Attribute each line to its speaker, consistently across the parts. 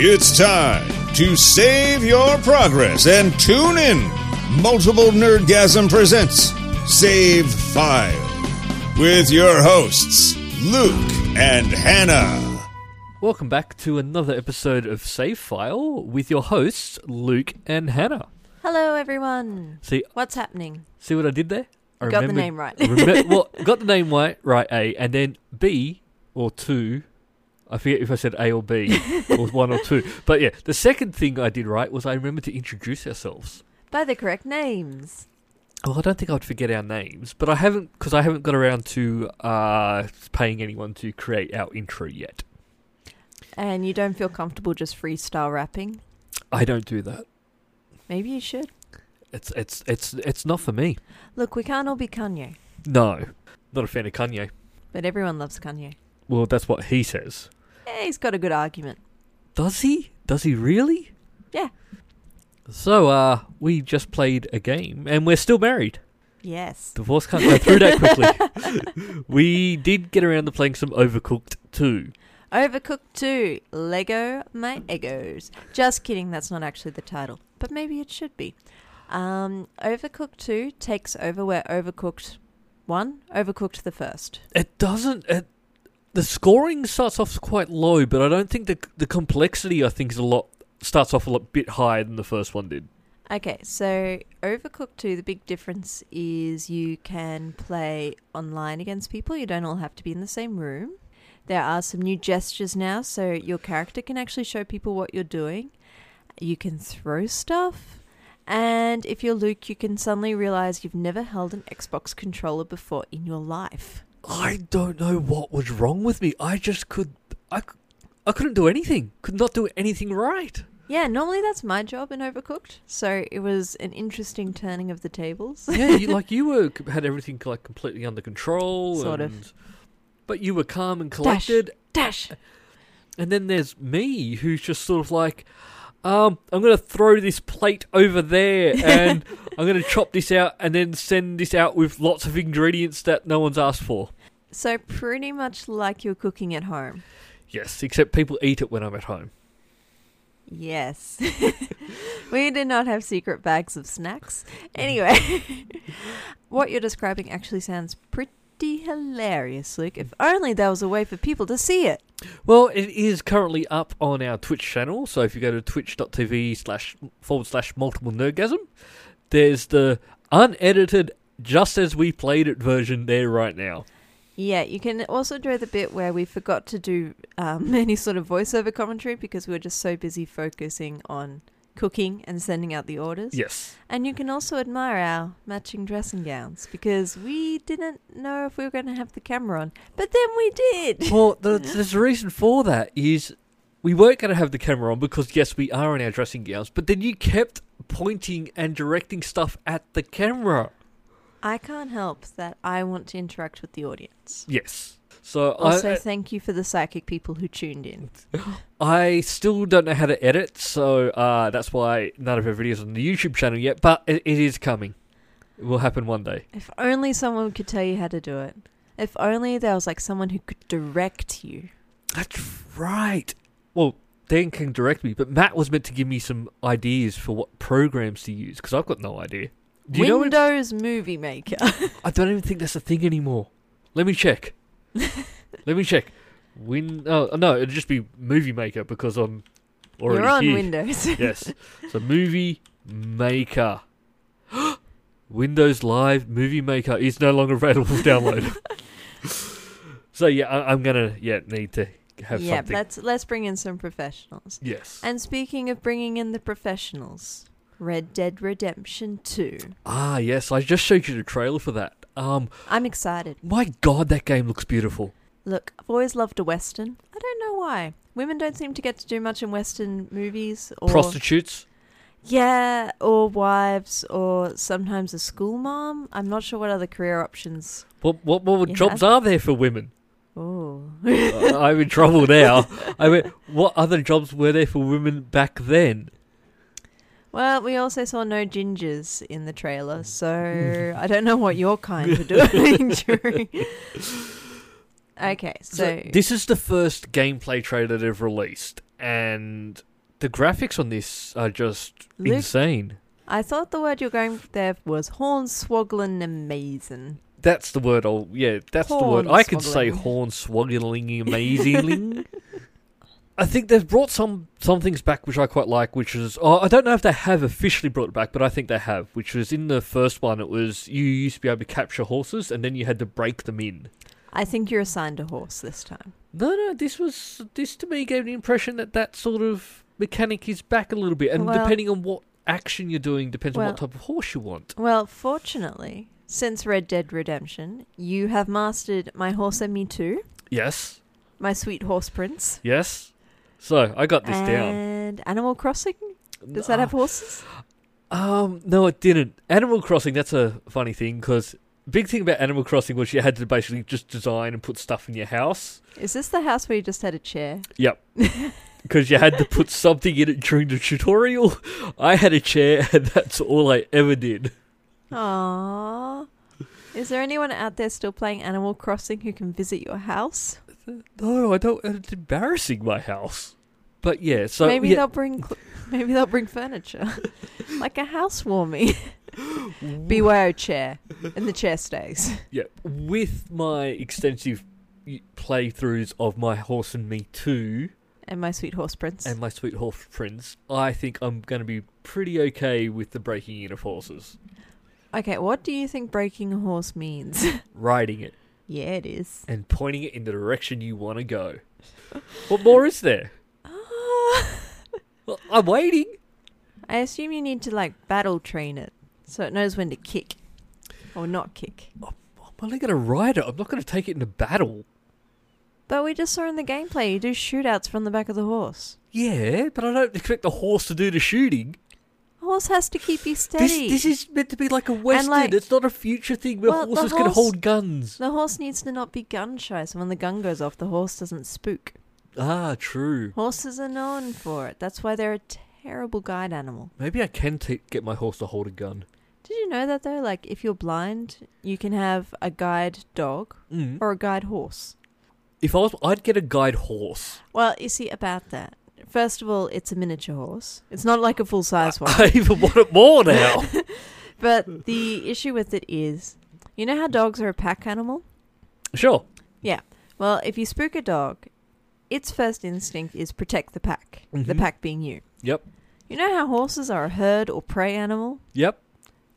Speaker 1: It's time to save your progress and tune in. Multiple Nerdgasm presents Save File with your hosts, Luke and Hannah.
Speaker 2: Welcome back to another episode of Save File with your hosts Luke and Hannah.
Speaker 3: Hello, everyone.
Speaker 2: See,
Speaker 3: What's happening?
Speaker 2: see what I did there? I
Speaker 3: Got the
Speaker 2: remembered-
Speaker 3: name right.
Speaker 2: I remem- well, got the name right, right? A and then B or two. I forget if I said A or B or one or two. But yeah, the second thing I did right was I remembered to introduce ourselves.
Speaker 3: By the correct names.
Speaker 2: Well, I don't think I'd forget our names, but I haven't because I haven't got around to uh, paying anyone to create our intro yet.
Speaker 3: And you don't feel comfortable just freestyle rapping?
Speaker 2: I don't do that.
Speaker 3: Maybe you should.
Speaker 2: It's it's it's it's not for me.
Speaker 3: Look, we can't all be Kanye,
Speaker 2: No, not a fan of Kanye.
Speaker 3: but everyone loves Kanye.
Speaker 2: Well, that's what he says.
Speaker 3: Yeah, he's got a good argument.
Speaker 2: Does he? Does he really?
Speaker 3: Yeah.
Speaker 2: So, uh, we just played a game and we're still married.
Speaker 3: Yes.
Speaker 2: Divorce can't go through that quickly. we did get around to playing some Overcooked too.
Speaker 3: Overcooked 2 Lego My Egos. Just kidding, that's not actually the title, but maybe it should be. Um, Overcooked 2 takes over where Overcooked 1 overcooked the first.
Speaker 2: It doesn't. It, the scoring starts off quite low, but I don't think the the complexity I think is a lot starts off a lot bit higher than the first one did.
Speaker 3: Okay, so Overcooked 2, the big difference is you can play online against people. You don't all have to be in the same room. There are some new gestures now, so your character can actually show people what you're doing. You can throw stuff. And if you're Luke, you can suddenly realize you've never held an Xbox controller before in your life.
Speaker 2: I don't know what was wrong with me. I just could. I, c- I couldn't do anything. Could not do anything right.
Speaker 3: Yeah, normally that's my job in Overcooked, so it was an interesting turning of the tables.
Speaker 2: yeah, you, like you were had everything like completely under control,
Speaker 3: Sort of.
Speaker 2: and, But you were calm and collected,
Speaker 3: Dash!
Speaker 2: and then there's me who's just sort of like, um, I'm gonna throw this plate over there, and I'm gonna chop this out, and then send this out with lots of ingredients that no one's asked for.
Speaker 3: So, pretty much like you're cooking at home.
Speaker 2: Yes, except people eat it when I'm at home.
Speaker 3: Yes. we did not have secret bags of snacks. Anyway, what you're describing actually sounds pretty hilarious, Luke. If only there was a way for people to see it.
Speaker 2: Well, it is currently up on our Twitch channel, so if you go to twitch.tv slash forward slash multiple nerdgasm, there's the unedited just as we played it version there right now.
Speaker 3: Yeah, you can also do the bit where we forgot to do um, any sort of voiceover commentary because we were just so busy focusing on cooking and sending out the orders.
Speaker 2: Yes.
Speaker 3: And you can also admire our matching dressing gowns because we didn't know if we were going to have the camera on, but then we did.
Speaker 2: Well, the, there's a reason for that is we weren't going to have the camera on because yes, we are in our dressing gowns, but then you kept pointing and directing stuff at the camera.
Speaker 3: I can't help that I want to interact with the audience.
Speaker 2: Yes. So
Speaker 3: Also,
Speaker 2: I, uh,
Speaker 3: thank you for the psychic people who tuned in.
Speaker 2: I still don't know how to edit, so uh, that's why none of our videos on the YouTube channel yet. But it, it is coming. It will happen one day.
Speaker 3: If only someone could tell you how to do it. If only there was like someone who could direct you.
Speaker 2: That's right. Well, Dan can direct me, but Matt was meant to give me some ideas for what programs to use because I've got no idea. Do you know what-
Speaker 3: Windows Movie Maker.
Speaker 2: I don't even think that's a thing anymore. Let me check. Let me check. Win. Oh no, it'd just be Movie Maker because I'm already
Speaker 3: You're on
Speaker 2: here.
Speaker 3: Windows.
Speaker 2: yes. So Movie Maker. Windows Live Movie Maker is no longer available for download. so yeah, I, I'm gonna yeah need to have
Speaker 3: yeah,
Speaker 2: something.
Speaker 3: let's let's bring in some professionals.
Speaker 2: yes.
Speaker 3: And speaking of bringing in the professionals, Red Dead Redemption 2.
Speaker 2: ah yes, I just showed you the trailer for that. Um,
Speaker 3: I'm excited.
Speaker 2: my God, that game looks beautiful.
Speaker 3: Look, I've always loved a western. I don't know why. Women don't seem to get to do much in western movies or
Speaker 2: Prostitutes.
Speaker 3: Yeah, or wives, or sometimes a school mom. I'm not sure what other career options.
Speaker 2: What what what
Speaker 3: Yeah.
Speaker 2: jobs are there for women?
Speaker 3: Oh,
Speaker 2: Uh, I'm in trouble now. I mean, what other jobs were there for women back then?
Speaker 3: well, we also saw no gingers in the trailer, so I don't know what your kind were doing during. Okay, so,
Speaker 2: this is the first gameplay trailer they've released, and the graphics on this are just
Speaker 3: Look-
Speaker 2: insane.
Speaker 3: I thought the word you're going for there was hornswogglin' amazing.
Speaker 2: That's the word. I'll yeah. That's the word. I can say horn
Speaker 3: Hornswoggling.
Speaker 2: swoggling amazingly. I think they've brought some some things back which I quite like, which is oh, I don't know if they have officially brought it back, but I think they have. Which was in the first one, it was you used to be able to capture horses and then you had to break them in.
Speaker 3: I think you're assigned a horse this time.
Speaker 2: No, no, this was this to me gave the impression that that sort of mechanic is back a little bit, and
Speaker 3: Well-
Speaker 2: depending on what action you're doing, depends on
Speaker 3: Well-
Speaker 2: what type of horse you want.
Speaker 3: Well, fortunately, since Red Dead Redemption, you have mastered my horse and me too,
Speaker 2: Yes,
Speaker 3: my sweet horse prince,
Speaker 2: yes. So I got this down. Ah.
Speaker 3: and Animal Crossing. Does that have horses?
Speaker 2: Um, no, it didn't. Animal Crossing. That's a funny thing because big thing about Animal Crossing was you had to basically just design and put stuff in your house.
Speaker 3: Is this the house where you just had a chair?
Speaker 2: Yep. Because you had to put something in it during the tutorial. I had a chair, and that's all I ever did.
Speaker 3: Aww. Is there anyone out there still playing Animal Crossing who can visit your house?
Speaker 2: No, I don't. It's embarrassing my house. But yeah, so
Speaker 3: maybe
Speaker 2: Oh, yeah,
Speaker 3: they'll bring cl- maybe they'll bring furniture, like a housewarming. BYO chair, and the chair stays.
Speaker 2: yeah, with my extensive y- playthroughs of my horse and me too,
Speaker 3: And my sweet horse prince.
Speaker 2: and my sweet horse friends, I think I'm going to be pretty okay with the breaking in of horses.
Speaker 3: okay, what do you think breaking a horse means?
Speaker 2: Riding it
Speaker 3: yeah, it is.
Speaker 2: and pointing it in the direction you want to go. What more is there?
Speaker 3: Ah.
Speaker 2: Well, I'm waiting.
Speaker 3: I assume you need to like battle train it so it knows when to kick or not kick.
Speaker 2: I'm only going to ride it. I'm not going to take it into battle.
Speaker 3: But we just saw in the gameplay you do shootouts from the back of the horse.
Speaker 2: Yeah, but I don't expect the horse to do the shooting.
Speaker 3: Horse has to keep you
Speaker 2: This,
Speaker 3: steady.
Speaker 2: this is meant to be like a western.
Speaker 3: like-
Speaker 2: it's not a future thing where
Speaker 3: Well, the
Speaker 2: horses can
Speaker 3: horse-
Speaker 2: hold guns.
Speaker 3: the horse needs to not be gun shy, so when the gun goes off, the horse doesn't spook.
Speaker 2: Ah, true.
Speaker 3: Horses are known for it. That's why they're a terrible guide animal.
Speaker 2: Maybe I can t- get my horse to hold a gun.
Speaker 3: Did you know that though? Like, if you're blind, you can have a guide dog
Speaker 2: Mm.
Speaker 3: or a guide horse.
Speaker 2: If I was, I'd get a guide horse.
Speaker 3: Well, you see, about that. First of all, it's a miniature horse. It's not like a full size one.
Speaker 2: I even want it more now.
Speaker 3: But the issue with it is you know how dogs are a pack animal?
Speaker 2: sure.
Speaker 3: Well, if you spook a dog, its first instinct is protect the pack, the
Speaker 2: Mhm.
Speaker 3: pack being you.
Speaker 2: Yep.
Speaker 3: You know how horses are a herd or prey animal?
Speaker 2: Yep.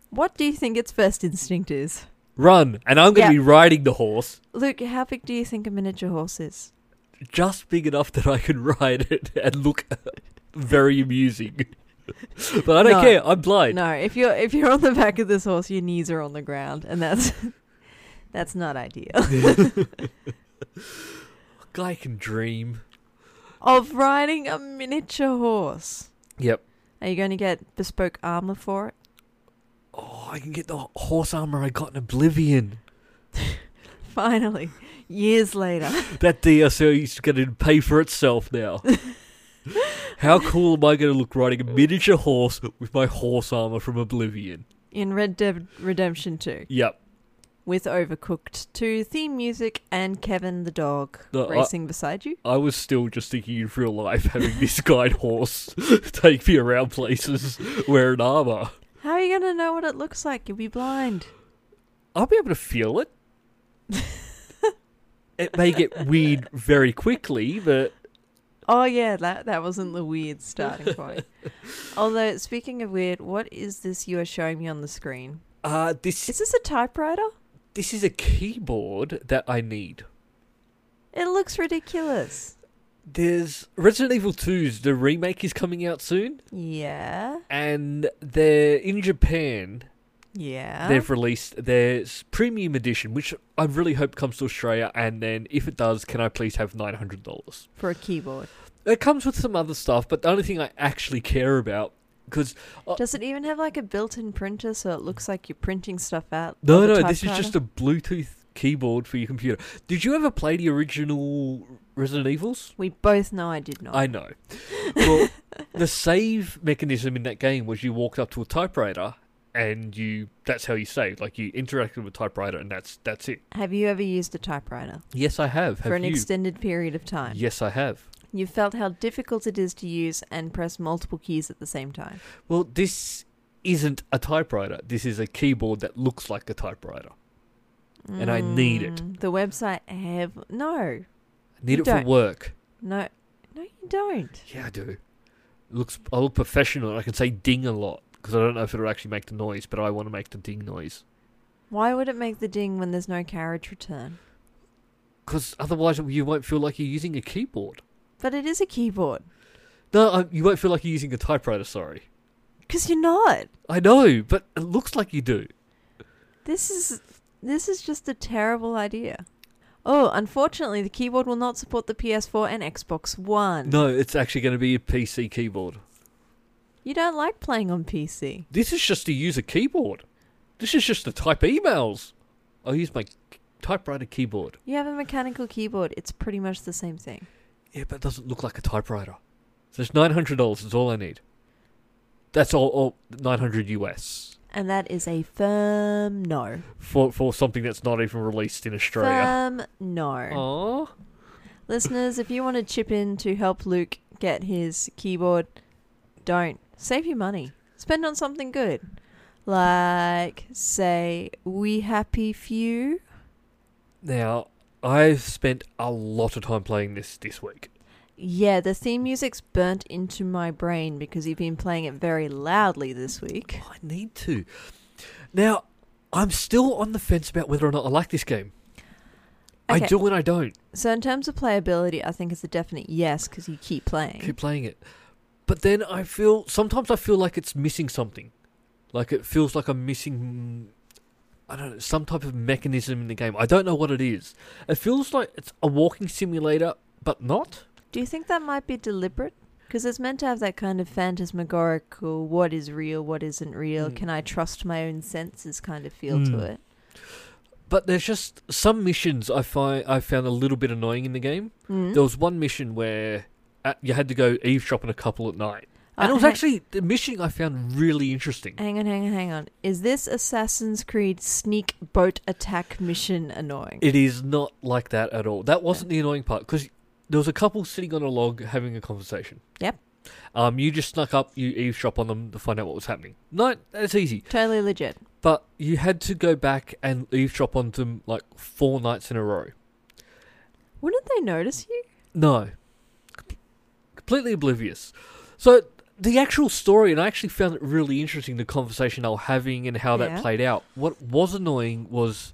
Speaker 3: What do you think its first instinct is?
Speaker 2: Run, and I'm going
Speaker 3: Yeah.
Speaker 2: to be riding the horse
Speaker 3: Luke, how big do you think a miniature horse is?
Speaker 2: just big enough that I can ride it and look very amusing. but I don't
Speaker 3: No.
Speaker 2: care. I'm blind.
Speaker 3: No, if you're if you're on the back of this horse, your knees are on the ground, and that's that's not ideal.
Speaker 2: Guy can dream.
Speaker 3: Of riding a miniature horse,
Speaker 2: Yep.
Speaker 3: are you going to get bespoke armor for it?
Speaker 2: Oh, I can get the horse armor I got in Oblivion.
Speaker 3: Finally, years later,
Speaker 2: That DLC is going to pay for itself now. How cool am I going to look riding a miniature horse with my horse armor from Oblivion?
Speaker 3: in Red Dead Redemption Two,
Speaker 2: Yep.
Speaker 3: with Overcooked Two theme music and Kevin the dog
Speaker 2: No, I-
Speaker 3: racing beside you.
Speaker 2: I was still just thinking in real life having this guide horse take me around places wearing armor.
Speaker 3: How are you going to know what it looks like? You'll be blind.
Speaker 2: I'll be able to feel it. it may get weird very quickly, but
Speaker 3: Oh yeah, that that wasn't the weird starting point. Although speaking of weird, what is this you are showing me on the screen?
Speaker 2: uh, this
Speaker 3: Is this a typewriter?
Speaker 2: this is a keyboard that I need.
Speaker 3: It looks ridiculous.
Speaker 2: There's Resident Evil 2's the remake is coming out soon,
Speaker 3: Yeah.
Speaker 2: and they're in Japan.
Speaker 3: Yeah.
Speaker 2: They've released their s- premium edition, which I really hope comes to Australia. And then, if it does, can I please have nine hundred dollars?
Speaker 3: For a keyboard.
Speaker 2: It comes with some other stuff, but the only thing I actually care about because
Speaker 3: Does it even have like a built-in printer so it looks like you're printing stuff out?
Speaker 2: No,
Speaker 3: on the
Speaker 2: no, this is just
Speaker 3: typewriter?
Speaker 2: a Bluetooth keyboard for your computer. Did you ever play the original Resident Evils?
Speaker 3: We both know I did not.
Speaker 2: I know. Well, the save mechanism in that game was you walked up to a typewriter and you that's how you saved. Like you interacted with a typewriter and that's that's it.
Speaker 3: Have you ever used a typewriter
Speaker 2: Yes, I have. Have
Speaker 3: for an
Speaker 2: you?
Speaker 3: extended period of time?
Speaker 2: Yes, I have.
Speaker 3: You felt how difficult it is to use and press multiple keys at the same time.
Speaker 2: Well, this isn't a typewriter. This is a keyboard that looks like a typewriter. And I need it.
Speaker 3: Mm, The website have no,
Speaker 2: I need
Speaker 3: You
Speaker 2: it for
Speaker 3: don't.
Speaker 2: work.
Speaker 3: no, no. You don't.
Speaker 2: Yeah, I do. It looks I look professional. I can say ding a lot because I don't know if it'll actually make the noise, but I want to make the ding noise
Speaker 3: Why would it make the ding when there's no carriage return?
Speaker 2: because otherwise you won't feel like you're using a keyboard.
Speaker 3: But it is a keyboard.
Speaker 2: No, I, you won't feel like you're using a typewriter. Sorry,
Speaker 3: Cause you're not.
Speaker 2: I know, but it looks like you do.
Speaker 3: This is this is just a terrible idea. Oh, unfortunately, the keyboard will not support the PS4 and Xbox One.
Speaker 2: No, it's actually going to be a PC keyboard.
Speaker 3: You don't like playing on PC.
Speaker 2: This is just to use a keyboard. This is just to type emails. I'll use my k- typewriter keyboard.
Speaker 3: You have a mechanical keyboard. It's pretty much the same thing.
Speaker 2: Yeah, but it doesn't look like a typewriter. So it's nine hundred dollars. Is all I need. That's all. all nine hundred US
Speaker 3: And that is a firm no.
Speaker 2: for for something that's not even released in Australia.
Speaker 3: Firm no.
Speaker 2: Aww.
Speaker 3: Listeners, if you want to chip in to help Luke get his keyboard, don't. Save your money. Spend on something good. Like, say, We Happy Few.
Speaker 2: Now I've spent a lot of time playing this this week.
Speaker 3: Yeah, the theme music's burnt into my brain because you've been playing it very loudly this week.
Speaker 2: I need to. Now I'm still on the fence about whether or not I like this game. I
Speaker 3: Okay.
Speaker 2: do and I don't.
Speaker 3: So, in terms of playability, I think it's a definite yes because you keep playing.
Speaker 2: keep playing it. But then I feel sometimes I feel like it's missing something. Like it feels like I'm missing I don't know, some type of mechanism in the game. I don't know what it is. It feels like it's a walking simulator but not.
Speaker 3: Do you think that might be deliberate? Because it's meant to have that kind of phantasmagorical what is real, what isn't real,
Speaker 2: Mm.
Speaker 3: can I trust my own senses kind of feel to
Speaker 2: Mm.
Speaker 3: it.
Speaker 2: But there's just some missions I find I found a little bit annoying in the game.
Speaker 3: Mm.
Speaker 2: There was one mission where uh you had to go eavesdropping a couple at night.
Speaker 3: Oh,
Speaker 2: And it was
Speaker 3: hang-
Speaker 2: actually the mission I found really interesting.
Speaker 3: Hang on, hang on, hang on. Is this Assassin's Creed sneak boat attack mission annoying?
Speaker 2: It is not like that at all. That wasn't the annoying part because there was a couple sitting on a log having a conversation.
Speaker 3: Yep.
Speaker 2: Um, you just snuck up, you eavesdrop on them to find out what was happening. No, that's easy.
Speaker 3: totally legit.
Speaker 2: But you had to go back and eavesdrop on them like four nights in a row.
Speaker 3: Wouldn't they notice you?
Speaker 2: No. Com- Completely oblivious. So the actual story, and I actually found it really interesting the conversation they were having and how
Speaker 3: Yeah.
Speaker 2: that played out. What was annoying was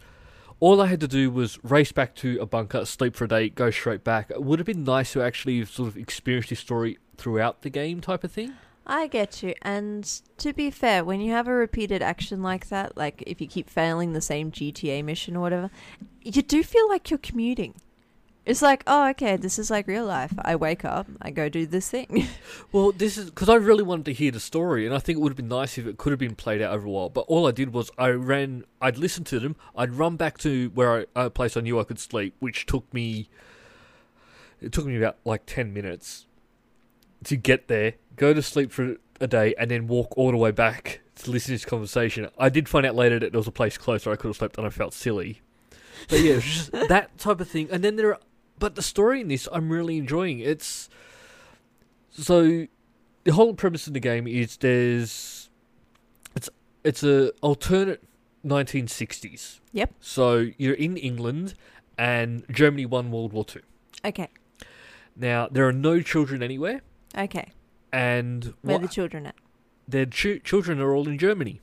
Speaker 2: all I had to do was race back to a bunker, sleep for a day, go straight back. It would have been nice to actually have sort of experienced this story throughout the game type of thing.
Speaker 3: I get you. And to be fair, when you have a repeated action like that, like if you keep failing the same GTA mission or whatever, you do feel like you're commuting. It's like, oh, okay, this is like real life. I wake up, I go do this thing.
Speaker 2: Well, this is because I really wanted to hear the story, and I think it would have been nice if it could have been played out over a while. But all I did was I ran, I'd listen to them, I'd run back to where I, a place I knew I could sleep, which took me, it took me about like 10 minutes to get there, go to sleep for a day, and then walk all the way back to listen to this conversation. I did find out later that there was a place closer I could have slept, and I felt silly. But yeah, it was just that type of thing. And then there are, but the story in this I'm really enjoying. It's, so the whole premise of the game is there's it's it's a alternate 1960s.
Speaker 3: Yep.
Speaker 2: So you're in England and Germany won World War Two.
Speaker 3: okay,
Speaker 2: Now there are no children anywhere,
Speaker 3: okay.
Speaker 2: and
Speaker 3: Where
Speaker 2: what,
Speaker 3: the children at?
Speaker 2: their ch- children are all in Germany.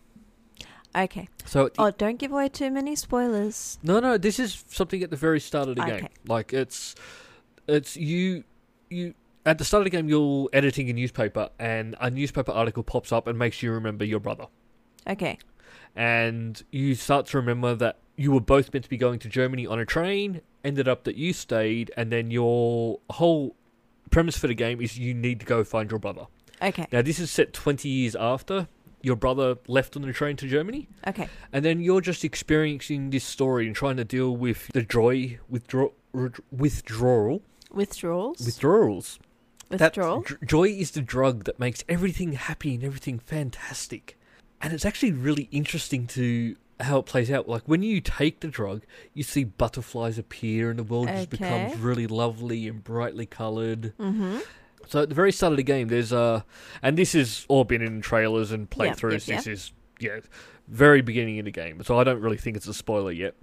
Speaker 3: Okay.
Speaker 2: So at the-
Speaker 3: Oh, don't give away too many spoilers.
Speaker 2: no, no, this is something at the very start of the game.
Speaker 3: Okay.
Speaker 2: Like it's it's you you at the start of the game you're editing a newspaper and a newspaper article pops up and makes you remember your brother.
Speaker 3: Okay.
Speaker 2: and you start to remember that you were both meant to be going to Germany on a train, ended up that you stayed, and then your whole premise for the game is you need to go find your brother.
Speaker 3: Okay.
Speaker 2: Now, this is set 20 years after your brother left on the train to Germany,
Speaker 3: Okay.
Speaker 2: and then you're just experiencing this story and trying to deal with the joy withdraw- withdrawal.
Speaker 3: Withdrawals.
Speaker 2: Withdrawals. That
Speaker 3: Withdrawal.
Speaker 2: dr- joy is the drug that makes everything happy and everything fantastic. And it's actually really interesting to how it plays out. Like when you take the drug, you see butterflies appear, and the world just becomes
Speaker 3: Okay.
Speaker 2: really lovely and brightly coloured.
Speaker 3: Mm-hmm.
Speaker 2: So at the very start of the game, there's uh, and this is all been in trailers and
Speaker 3: Yeah, yeah,
Speaker 2: playthroughs. This is yeah, very beginning of the game. So I don't really think it's a spoiler yet.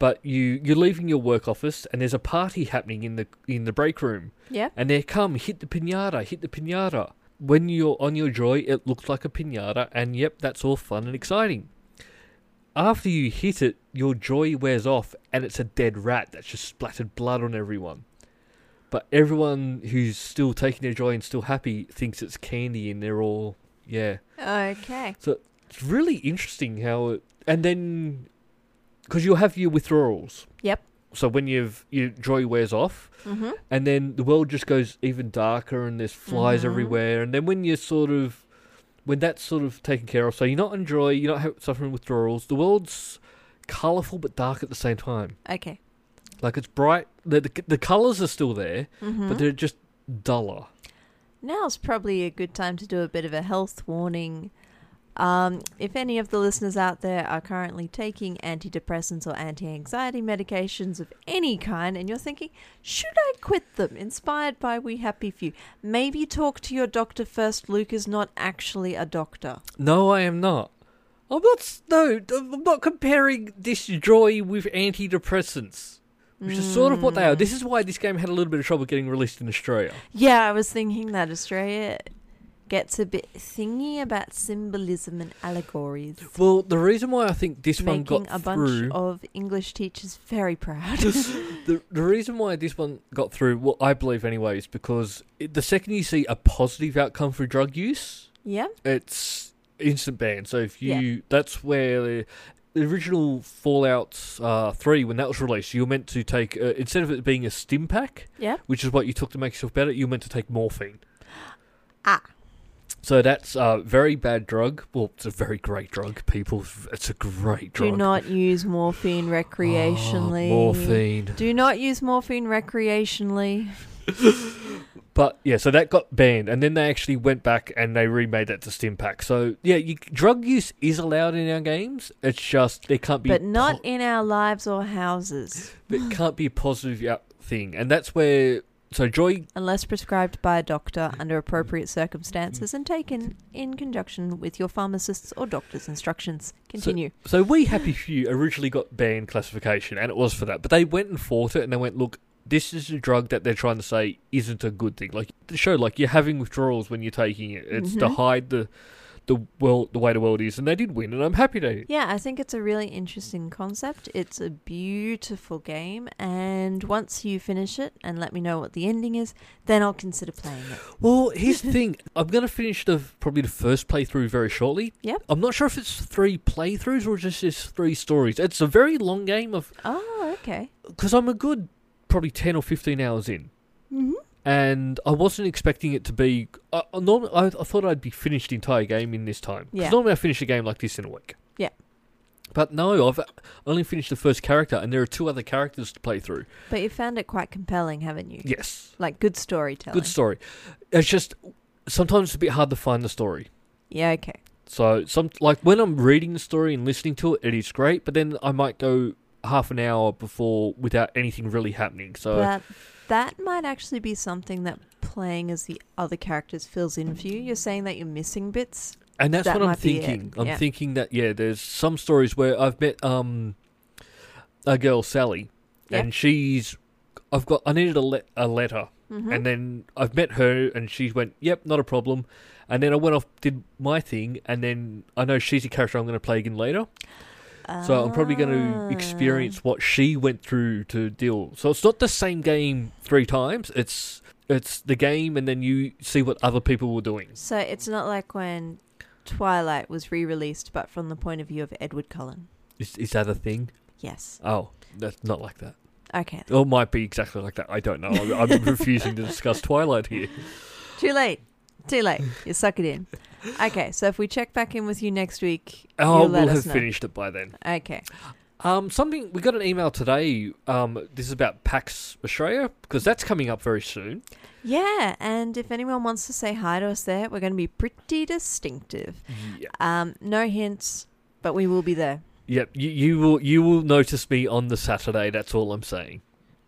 Speaker 2: But you you're leaving your work office, and there's a party happening in the in the break room.
Speaker 3: Yep.
Speaker 2: And they come, hit the pinata, hit the pinata. When you're on your joy, it looks like a pinata, and yep, that's all fun and exciting. After you hit it, your joy wears off, and it's a dead rat that's just splattered blood on everyone. But everyone who's still taking their joy and still happy thinks it's candy, and they're all, yeah.
Speaker 3: Okay.
Speaker 2: It's really interesting how it. And then. Because you'll have your withdrawals.
Speaker 3: Yep.
Speaker 2: So when you've, your joy wears off,
Speaker 3: Mm-hmm.
Speaker 2: and then the world just goes even darker and there's flies
Speaker 3: Mhm.
Speaker 2: everywhere and then when you're sort of when that's sort of taken care of so you're not enjoy you're not ha- suffering withdrawals the world's colorful but dark at the same time
Speaker 3: Okay.
Speaker 2: like it's bright the, the, the colors are still there
Speaker 3: Mm-hmm.
Speaker 2: but they're just duller
Speaker 3: Now's probably a good time to do a bit of a health warning. Um, if any of the listeners out there are currently taking antidepressants or anti anxiety medications of any kind, and you're thinking, should I quit them? Inspired by We Happy Few. Maybe talk to your doctor first. Luke is not actually a doctor.
Speaker 2: no i am not i'm not s- no i'm not comparing this joy with antidepressants which is sort of what they are.
Speaker 3: Hmm. Mm.
Speaker 2: This is why this game had a little bit of trouble getting released in Australia.
Speaker 3: Yeah, I was thinking that Australia gets a bit thingy about symbolism and allegories.
Speaker 2: Well, the reason why I think this one
Speaker 3: making
Speaker 2: got
Speaker 3: a
Speaker 2: through
Speaker 3: bunch of English teachers very proud.
Speaker 2: the the reason why this one got through, well, I believe anyway, is because it, the second you see a positive outcome for drug use,
Speaker 3: yeah.
Speaker 2: it's instant ban. So if you,
Speaker 3: Yeah.
Speaker 2: that's where the, the original Fallout uh, Three, when that was released, you were meant to take uh, instead of it being a stim pack,
Speaker 3: Yeah.
Speaker 2: which is what you took to make yourself better, you were meant to take morphine.
Speaker 3: Ah.
Speaker 2: So that's a very bad drug. Well, it's a very great drug, people. It's a great drug.
Speaker 3: Do not use morphine
Speaker 2: Oh,
Speaker 3: recreationally.
Speaker 2: morphine.
Speaker 3: Do not use morphine recreationally.
Speaker 2: But yeah, so that got banned, and then they actually went back and they remade that to stim pack. So yeah, you, drug use is allowed in our games. It's just there can't be,
Speaker 3: But not in our lives or houses
Speaker 2: po- it can't be a positive out- thing, and that's where so joy.
Speaker 3: unless prescribed by a doctor under appropriate circumstances and taken in conjunction with your pharmacist's or doctor's instructions. Continue.
Speaker 2: So we happy few originally got banned classification, and it was for that. But they went and fought it, and they went, look, this is a drug that they're trying to say isn't a good thing. Like the show, like you're having withdrawals when you're taking it. It's to
Speaker 3: Mhm.
Speaker 2: hide the the world the way the world is, and they did win, and I'm happy they
Speaker 3: yeah, I think it's a really interesting concept. It's a beautiful game, and once you finish it and let me know what the ending is, then I'll consider playing it.
Speaker 2: Well, here's the thing. I'm going to finish the probably the first playthrough very shortly.
Speaker 3: Yep.
Speaker 2: I'm not sure if it's three playthroughs or just it's three stories. It's a very long game of
Speaker 3: Oh, okay.
Speaker 2: because I'm a good probably ten or fifteen hours in,
Speaker 3: Mm-hmm.
Speaker 2: and I wasn't expecting it to be. I, I normally I, I thought I'd be finished the entire game in this time. 'Cause
Speaker 3: Yeah.
Speaker 2: Normally I finish a game like this in a week.
Speaker 3: Yeah.
Speaker 2: But no, I've only finished the first character, and there are two other characters to play through.
Speaker 3: But you found it quite compelling, haven't you?
Speaker 2: Yes.
Speaker 3: Like good storytelling.
Speaker 2: Good story. It's just sometimes it's a bit hard to find the story.
Speaker 3: yeah, okay.
Speaker 2: So some like when I'm reading the story and listening to it, it is great. But then I might go half an hour before without anything really happening. So
Speaker 3: but that might actually be something that playing as the other characters fills in for you. You're saying that you're missing bits.
Speaker 2: and that's
Speaker 3: that
Speaker 2: what I'm
Speaker 3: might be it,
Speaker 2: thinking. I'm
Speaker 3: yeah.
Speaker 2: thinking that yeah, there's some stories where I've met um a girl Sally,
Speaker 3: Yeah.
Speaker 2: and she's I've got I needed a, le- a letter
Speaker 3: Mm-hmm.
Speaker 2: and then I've met her, and she went, "Yep, not a problem." And then I went off, did my thing, and then I know she's a character I'm going to play again later. So I'm probably going
Speaker 3: Ah.
Speaker 2: to experience what she went through to deal. So it's not the same game three times. It's it's the game, and then you see what other people were doing.
Speaker 3: So it's not like when Twilight was re-released, but from the point of view of Edward Cullen.
Speaker 2: Is is that a thing?
Speaker 3: Yes.
Speaker 2: Oh, that's not like that.
Speaker 3: Okay.
Speaker 2: Or it might be exactly like that. I don't know. I'm, I'm refusing to discuss Twilight here.
Speaker 3: Too late. Too late. You suck it in. Okay. So if we check back in with you next week,
Speaker 2: Oh,
Speaker 3: you let
Speaker 2: we'll
Speaker 3: us
Speaker 2: have
Speaker 3: know.
Speaker 2: finished it by then.
Speaker 3: Okay.
Speaker 2: Um, something we got an email today. Um, this is about PAX Australia because that's coming up very soon.
Speaker 3: Yeah, and if anyone wants to say hi to us there, we're going to be pretty distinctive.
Speaker 2: Yeah.
Speaker 3: Um, no hints, but we will be there.
Speaker 2: Yep, you, you will you will notice me on the Saturday. That's all I'm saying.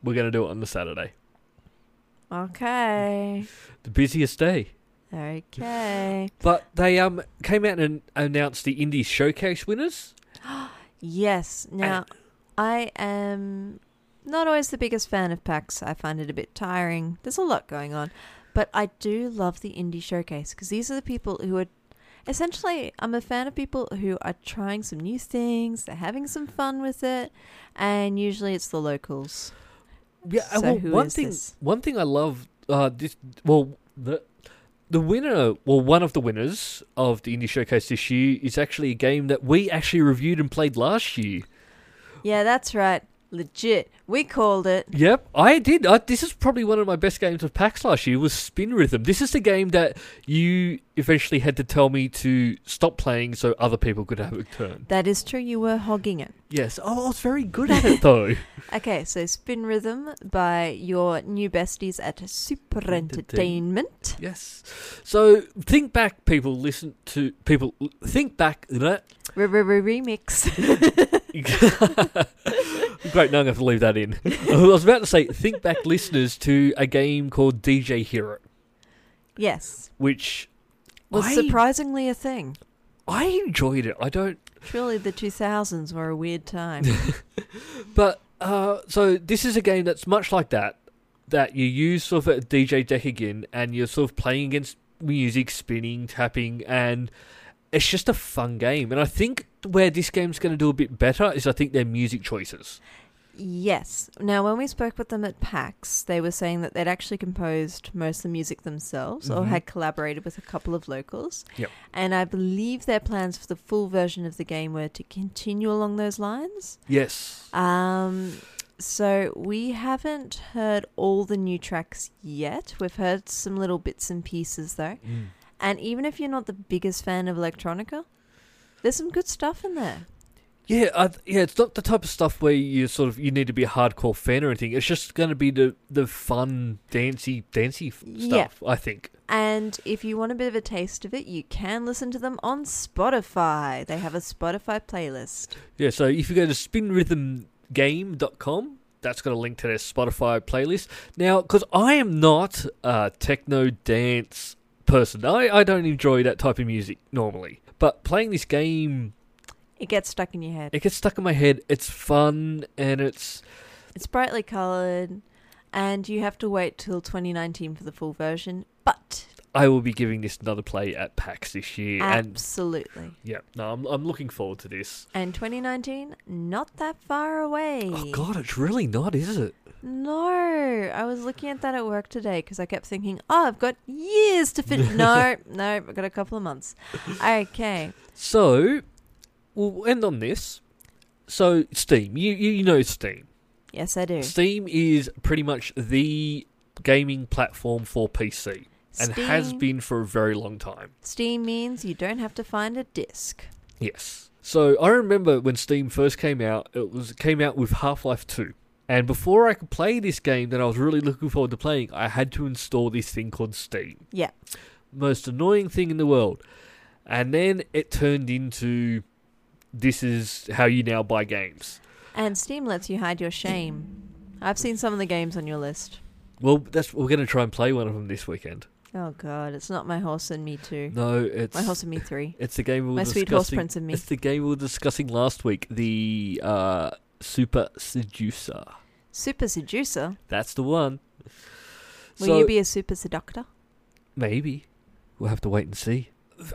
Speaker 2: We're gonna do it on the Saturday,
Speaker 3: Okay.
Speaker 2: the busiest day.
Speaker 3: Okay.
Speaker 2: But they um came out and announced the indie showcase winners.
Speaker 3: Yes. Now, I am not always the biggest fan of PAX. I find it a bit tiring. There's a lot going on. But I do love the indie showcase because these are the people who are essentially, I'm a fan of people who are trying some new things, they're having some fun with it, and usually it's the locals.
Speaker 2: Yeah, uh,
Speaker 3: So
Speaker 2: well,
Speaker 3: who
Speaker 2: one
Speaker 3: is
Speaker 2: thing
Speaker 3: this?
Speaker 2: one thing I love uh this well the the winner well one of the winners of the indie showcase this year is actually a game that we actually reviewed and played last year.
Speaker 3: Yeah, that's right. Legit. We called it.
Speaker 2: Yep, I did. I, this is probably one of my best games of PAX last year. Was Spin Rhythm. This is the game that you eventually had to tell me to stop playing so other people could have a turn.
Speaker 3: That is true. You were hogging it.
Speaker 2: Yes. Oh, I was very good at it though.
Speaker 3: Okay, so Spin Rhythm by your new besties at Super Entertainment.
Speaker 2: yes. So think back, people. Listen to people. Think back.
Speaker 3: Re- re- re- Remix.
Speaker 2: Great, now I'm going to have to leave that in. I was about to say, think back, listeners, to a game called DJ Hero,
Speaker 3: Yes.
Speaker 2: which
Speaker 3: Was
Speaker 2: I,
Speaker 3: surprisingly a thing.
Speaker 2: I enjoyed it. I don't,
Speaker 3: Truly, the 2000s were a weird time.
Speaker 2: but uh, so this is a game that's much like that, that you use sort of a DJ deck again, and you're sort of playing against music, spinning, tapping, and it's just a fun game. And I think where this game's going to do a bit better is I think their music choices.
Speaker 3: yes. Now, when we spoke with them at PAX, they were saying that they'd actually composed most of the music themselves or
Speaker 2: Mhm.
Speaker 3: had collaborated with a couple of locals.
Speaker 2: Yep.
Speaker 3: And I believe their plans for the full version of the game were to continue along those lines.
Speaker 2: Yes.
Speaker 3: Um, so we haven't heard all the new tracks yet. We've heard some little bits and pieces though. And even if you're not the biggest fan of electronica, there's some good stuff in there.
Speaker 2: Yeah, I, th- yeah, it's not the type of stuff where you sort of you need to be a hardcore fan or anything. It's just going to be the the fun, dancey, dancey f-
Speaker 3: Yeah.
Speaker 2: stuff. I think.
Speaker 3: And if you want a bit of a taste of it, you can listen to them on Spotify. They have a Spotify playlist.
Speaker 2: Yeah. So if you go to spinrhythmgame.com, that's got a link to their Spotify playlist. Now, because I am not a techno dance person, I I don't enjoy that type of music normally. But playing this game,
Speaker 3: It gets stuck in your head.
Speaker 2: it gets stuck in my head. It's fun and it's
Speaker 3: It's brightly coloured, and you have to wait till 2019 for the full version. But
Speaker 2: I will be giving this another play at PAX this year, and
Speaker 3: absolutely.
Speaker 2: Yeah, no, I'm, I'm looking forward to this.
Speaker 3: And 2019, not that far away.
Speaker 2: Oh God, it's really not, is it?
Speaker 3: No, I was looking at that at work today because I kept thinking, oh, I've got years to finish. no, no, I've got a couple of months. Okay.
Speaker 2: So, we'll end on this. So, Steam, you you, you know Steam.
Speaker 3: Yes, I do.
Speaker 2: Steam is pretty much the gaming platform for PC, and has
Speaker 3: Steam-
Speaker 2: been for a very long time.
Speaker 3: Steam means you don't have to find a disc.
Speaker 2: Yes. So I remember when Steam first came out, it was it came out with Half-Life 2. And before I could play this game that I was really looking forward to playing, I had to install this thing called Steam.
Speaker 3: Yeah.
Speaker 2: Most annoying thing in the world. And then it turned into this is how you now buy games.
Speaker 3: And Steam lets you hide your shame. I've seen some of the games on your list.
Speaker 2: Well, that's we're going to try and play one of them this weekend.
Speaker 3: Oh, God, it's not My Horse and Me Too.
Speaker 2: No, it's
Speaker 3: My Horse and Me 3.
Speaker 2: It's the game we were
Speaker 3: My
Speaker 2: discussing.
Speaker 3: Sweet Horse Prince and Me.
Speaker 2: It's the game we were discussing last week, the uh, Super Seducer.
Speaker 3: Super Seducer.
Speaker 2: That's the one.
Speaker 3: Will
Speaker 2: So-
Speaker 3: you be a super seductor?
Speaker 2: Maybe. We'll have to wait and see.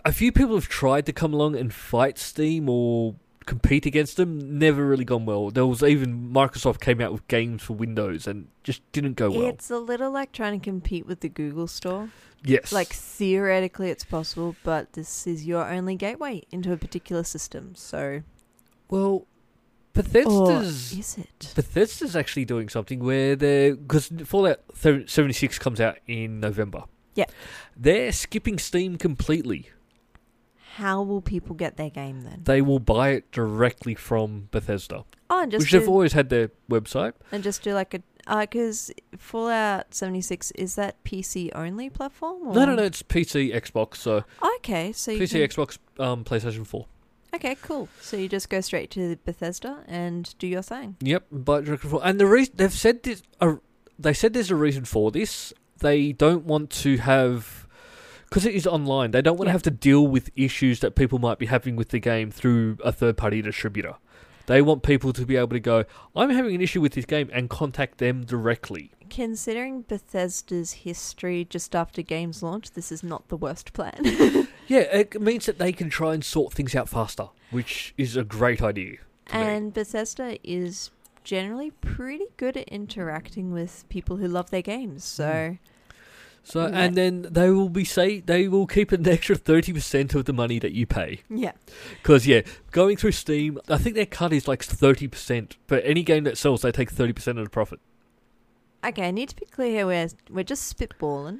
Speaker 2: A few people have tried to come along and fight Steam or compete against them. Never really gone well. There was even Microsoft came out with games for Windows and just didn't go well.
Speaker 3: It's a little like trying to compete with the Google store.
Speaker 2: yes.
Speaker 3: Like theoretically, it's possible, but this is your only gateway into a particular system. So,
Speaker 2: well,
Speaker 3: or
Speaker 2: Bethesda's
Speaker 3: is it?
Speaker 2: Bethesda's actually doing something where they're because Fallout thir- 76 comes out in November.
Speaker 3: Yeah.
Speaker 2: They're skipping Steam completely.
Speaker 3: How will people get their game then?
Speaker 2: They will buy it directly from Bethesda,
Speaker 3: Oh, and just
Speaker 2: which they've
Speaker 3: do,
Speaker 2: always had their website.
Speaker 3: and just do like a because Fallout seventy six is that PC only platform? Or?
Speaker 2: No, no, no. It's PC, Xbox, so
Speaker 3: Okay, so you
Speaker 2: PC,
Speaker 3: can,
Speaker 2: Xbox, um, PlayStation Four.
Speaker 3: Okay, cool. So you just go straight to Bethesda and do your thing.
Speaker 2: Yep, but and the reason they've said this, uh, they said there's a reason for this. They don't want to have because it is online. They don't want to
Speaker 3: Yeah.
Speaker 2: have to deal with issues that people might be having with the game through a third party distributor. They want people to be able to go, I'm having an issue with this game, and contact them directly.
Speaker 3: Considering Bethesda's history just after games launch, this is not the worst plan.
Speaker 2: Yeah, it means that they can try and sort things out faster, which is a great idea. to me.
Speaker 3: and Bethesda is generally pretty good at interacting with people who love their games. So
Speaker 2: So
Speaker 3: Yeah.
Speaker 2: and then they will be say they will keep an extra thirty percent of the money that you pay.
Speaker 3: yeah,
Speaker 2: Because yeah, going through Steam, I think their cut is like thirty percent. For any game that sells, they take thirty percent of the profit.
Speaker 3: okay. I need to be clear here. We're we're just spitballing.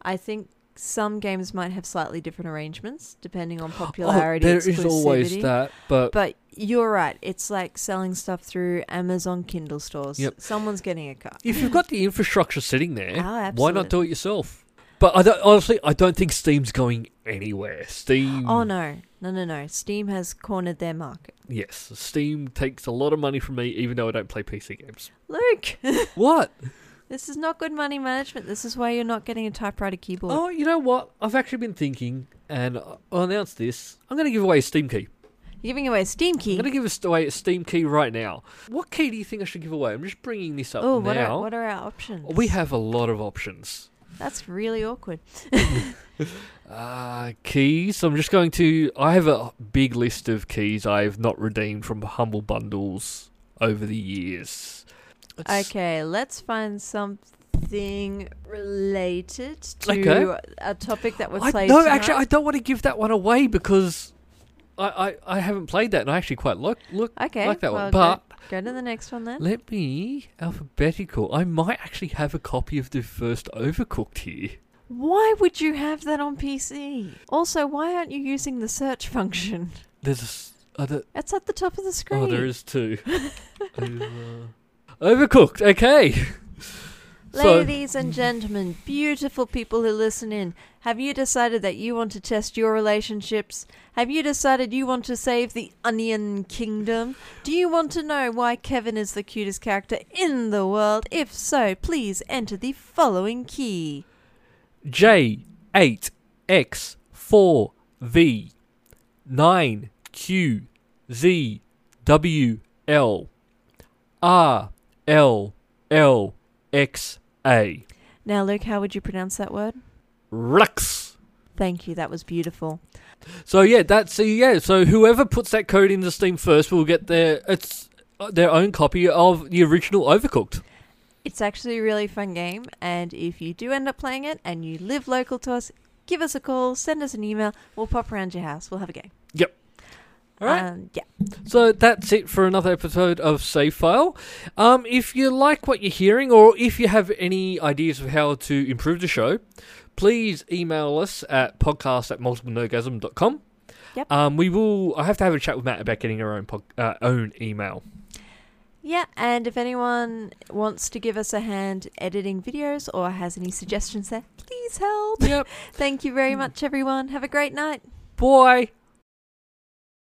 Speaker 3: I think some games might have slightly different arrangements depending on popularity.
Speaker 2: Oh, there is always
Speaker 3: exclusivity.
Speaker 2: that, but,
Speaker 3: But you're right. It's like selling stuff through Amazon Kindle stores.
Speaker 2: Yep.
Speaker 3: Someone's getting a cut.
Speaker 2: if you've got the infrastructure sitting there,
Speaker 3: Oh,
Speaker 2: why not do it yourself? But I don't, honestly, I don't think Steam's going anywhere. Steam,
Speaker 3: Oh no, no, no, no! Steam has cornered their market.
Speaker 2: yes, Steam takes a lot of money from me, even though I don't play PC games.
Speaker 3: Luke,
Speaker 2: What?
Speaker 3: this is not good money management. This is why you're not getting a typewriter keyboard.
Speaker 2: Oh, you know what? I've actually been thinking, and I'll announce this. I'm going to give away a Steam key.
Speaker 3: You're giving away a Steam
Speaker 2: I'm
Speaker 3: key.
Speaker 2: going to give us away a Steam key right now. What key do you think I should give away? I'm just bringing this up
Speaker 3: Oh,
Speaker 2: now.
Speaker 3: what are what are our options?
Speaker 2: we have a lot of options.
Speaker 3: That's really awkward.
Speaker 2: Uh, keys. I'm just going to. I have a big list of keys I've not redeemed from Humble Bundles over the years. Let's-
Speaker 3: Okay, let's find something related to
Speaker 2: Okay.
Speaker 3: a topic that we've
Speaker 2: I-
Speaker 3: played.
Speaker 2: no,
Speaker 3: tonight.
Speaker 2: actually, I don't want to give that one away because I, I, I haven't played that and I actually quite like look
Speaker 3: okay,
Speaker 2: like that
Speaker 3: well,
Speaker 2: one. But
Speaker 3: go, go to the next one then.
Speaker 2: let me alphabetical. I might actually have a copy of the first Overcooked here.
Speaker 3: Why would you have that on PC? Also, why aren't you using the search function?
Speaker 2: There's a. s- I don't-
Speaker 3: It's at the top of the screen.
Speaker 2: Oh, there is two. Over- uh, Overcooked. Okay. So-
Speaker 3: Ladies and gentlemen, beautiful people who listen in, have you decided that you want to test your relationships? Have you decided you want to save the Onion Kingdom? Do you want to know why Kevin is the cutest character in the world? If so, please enter the following key.
Speaker 2: J eight X four V nine Q Z W L R L L X A
Speaker 3: Now, Luke, how would you pronounce that word?
Speaker 2: Rux.
Speaker 3: Thank you, that was beautiful.
Speaker 2: So yeah, that's so yeah. So whoever puts that code into Steam first will get their it's uh, their own copy of the original Overcooked.
Speaker 3: It's actually a really fun game, and if you do end up playing it and you live local to us, give us a call, send us an email, we'll pop around your house, we'll have a game.
Speaker 2: All right.
Speaker 3: Um, yeah.
Speaker 2: So that's it for another episode of Save File. Um, if you like what you're hearing, or if you have any ideas of how to improve the show, please email us at podcast at multiplenergasm.com.
Speaker 3: Yep.
Speaker 2: Um, we will. I have to have a chat with Matt about getting our own pod, uh, own email.
Speaker 3: Yeah, and if anyone wants to give us a hand editing videos or has any suggestions there, please help.
Speaker 2: Yep.
Speaker 3: Thank you very much, everyone. Have a great night.
Speaker 2: Bye.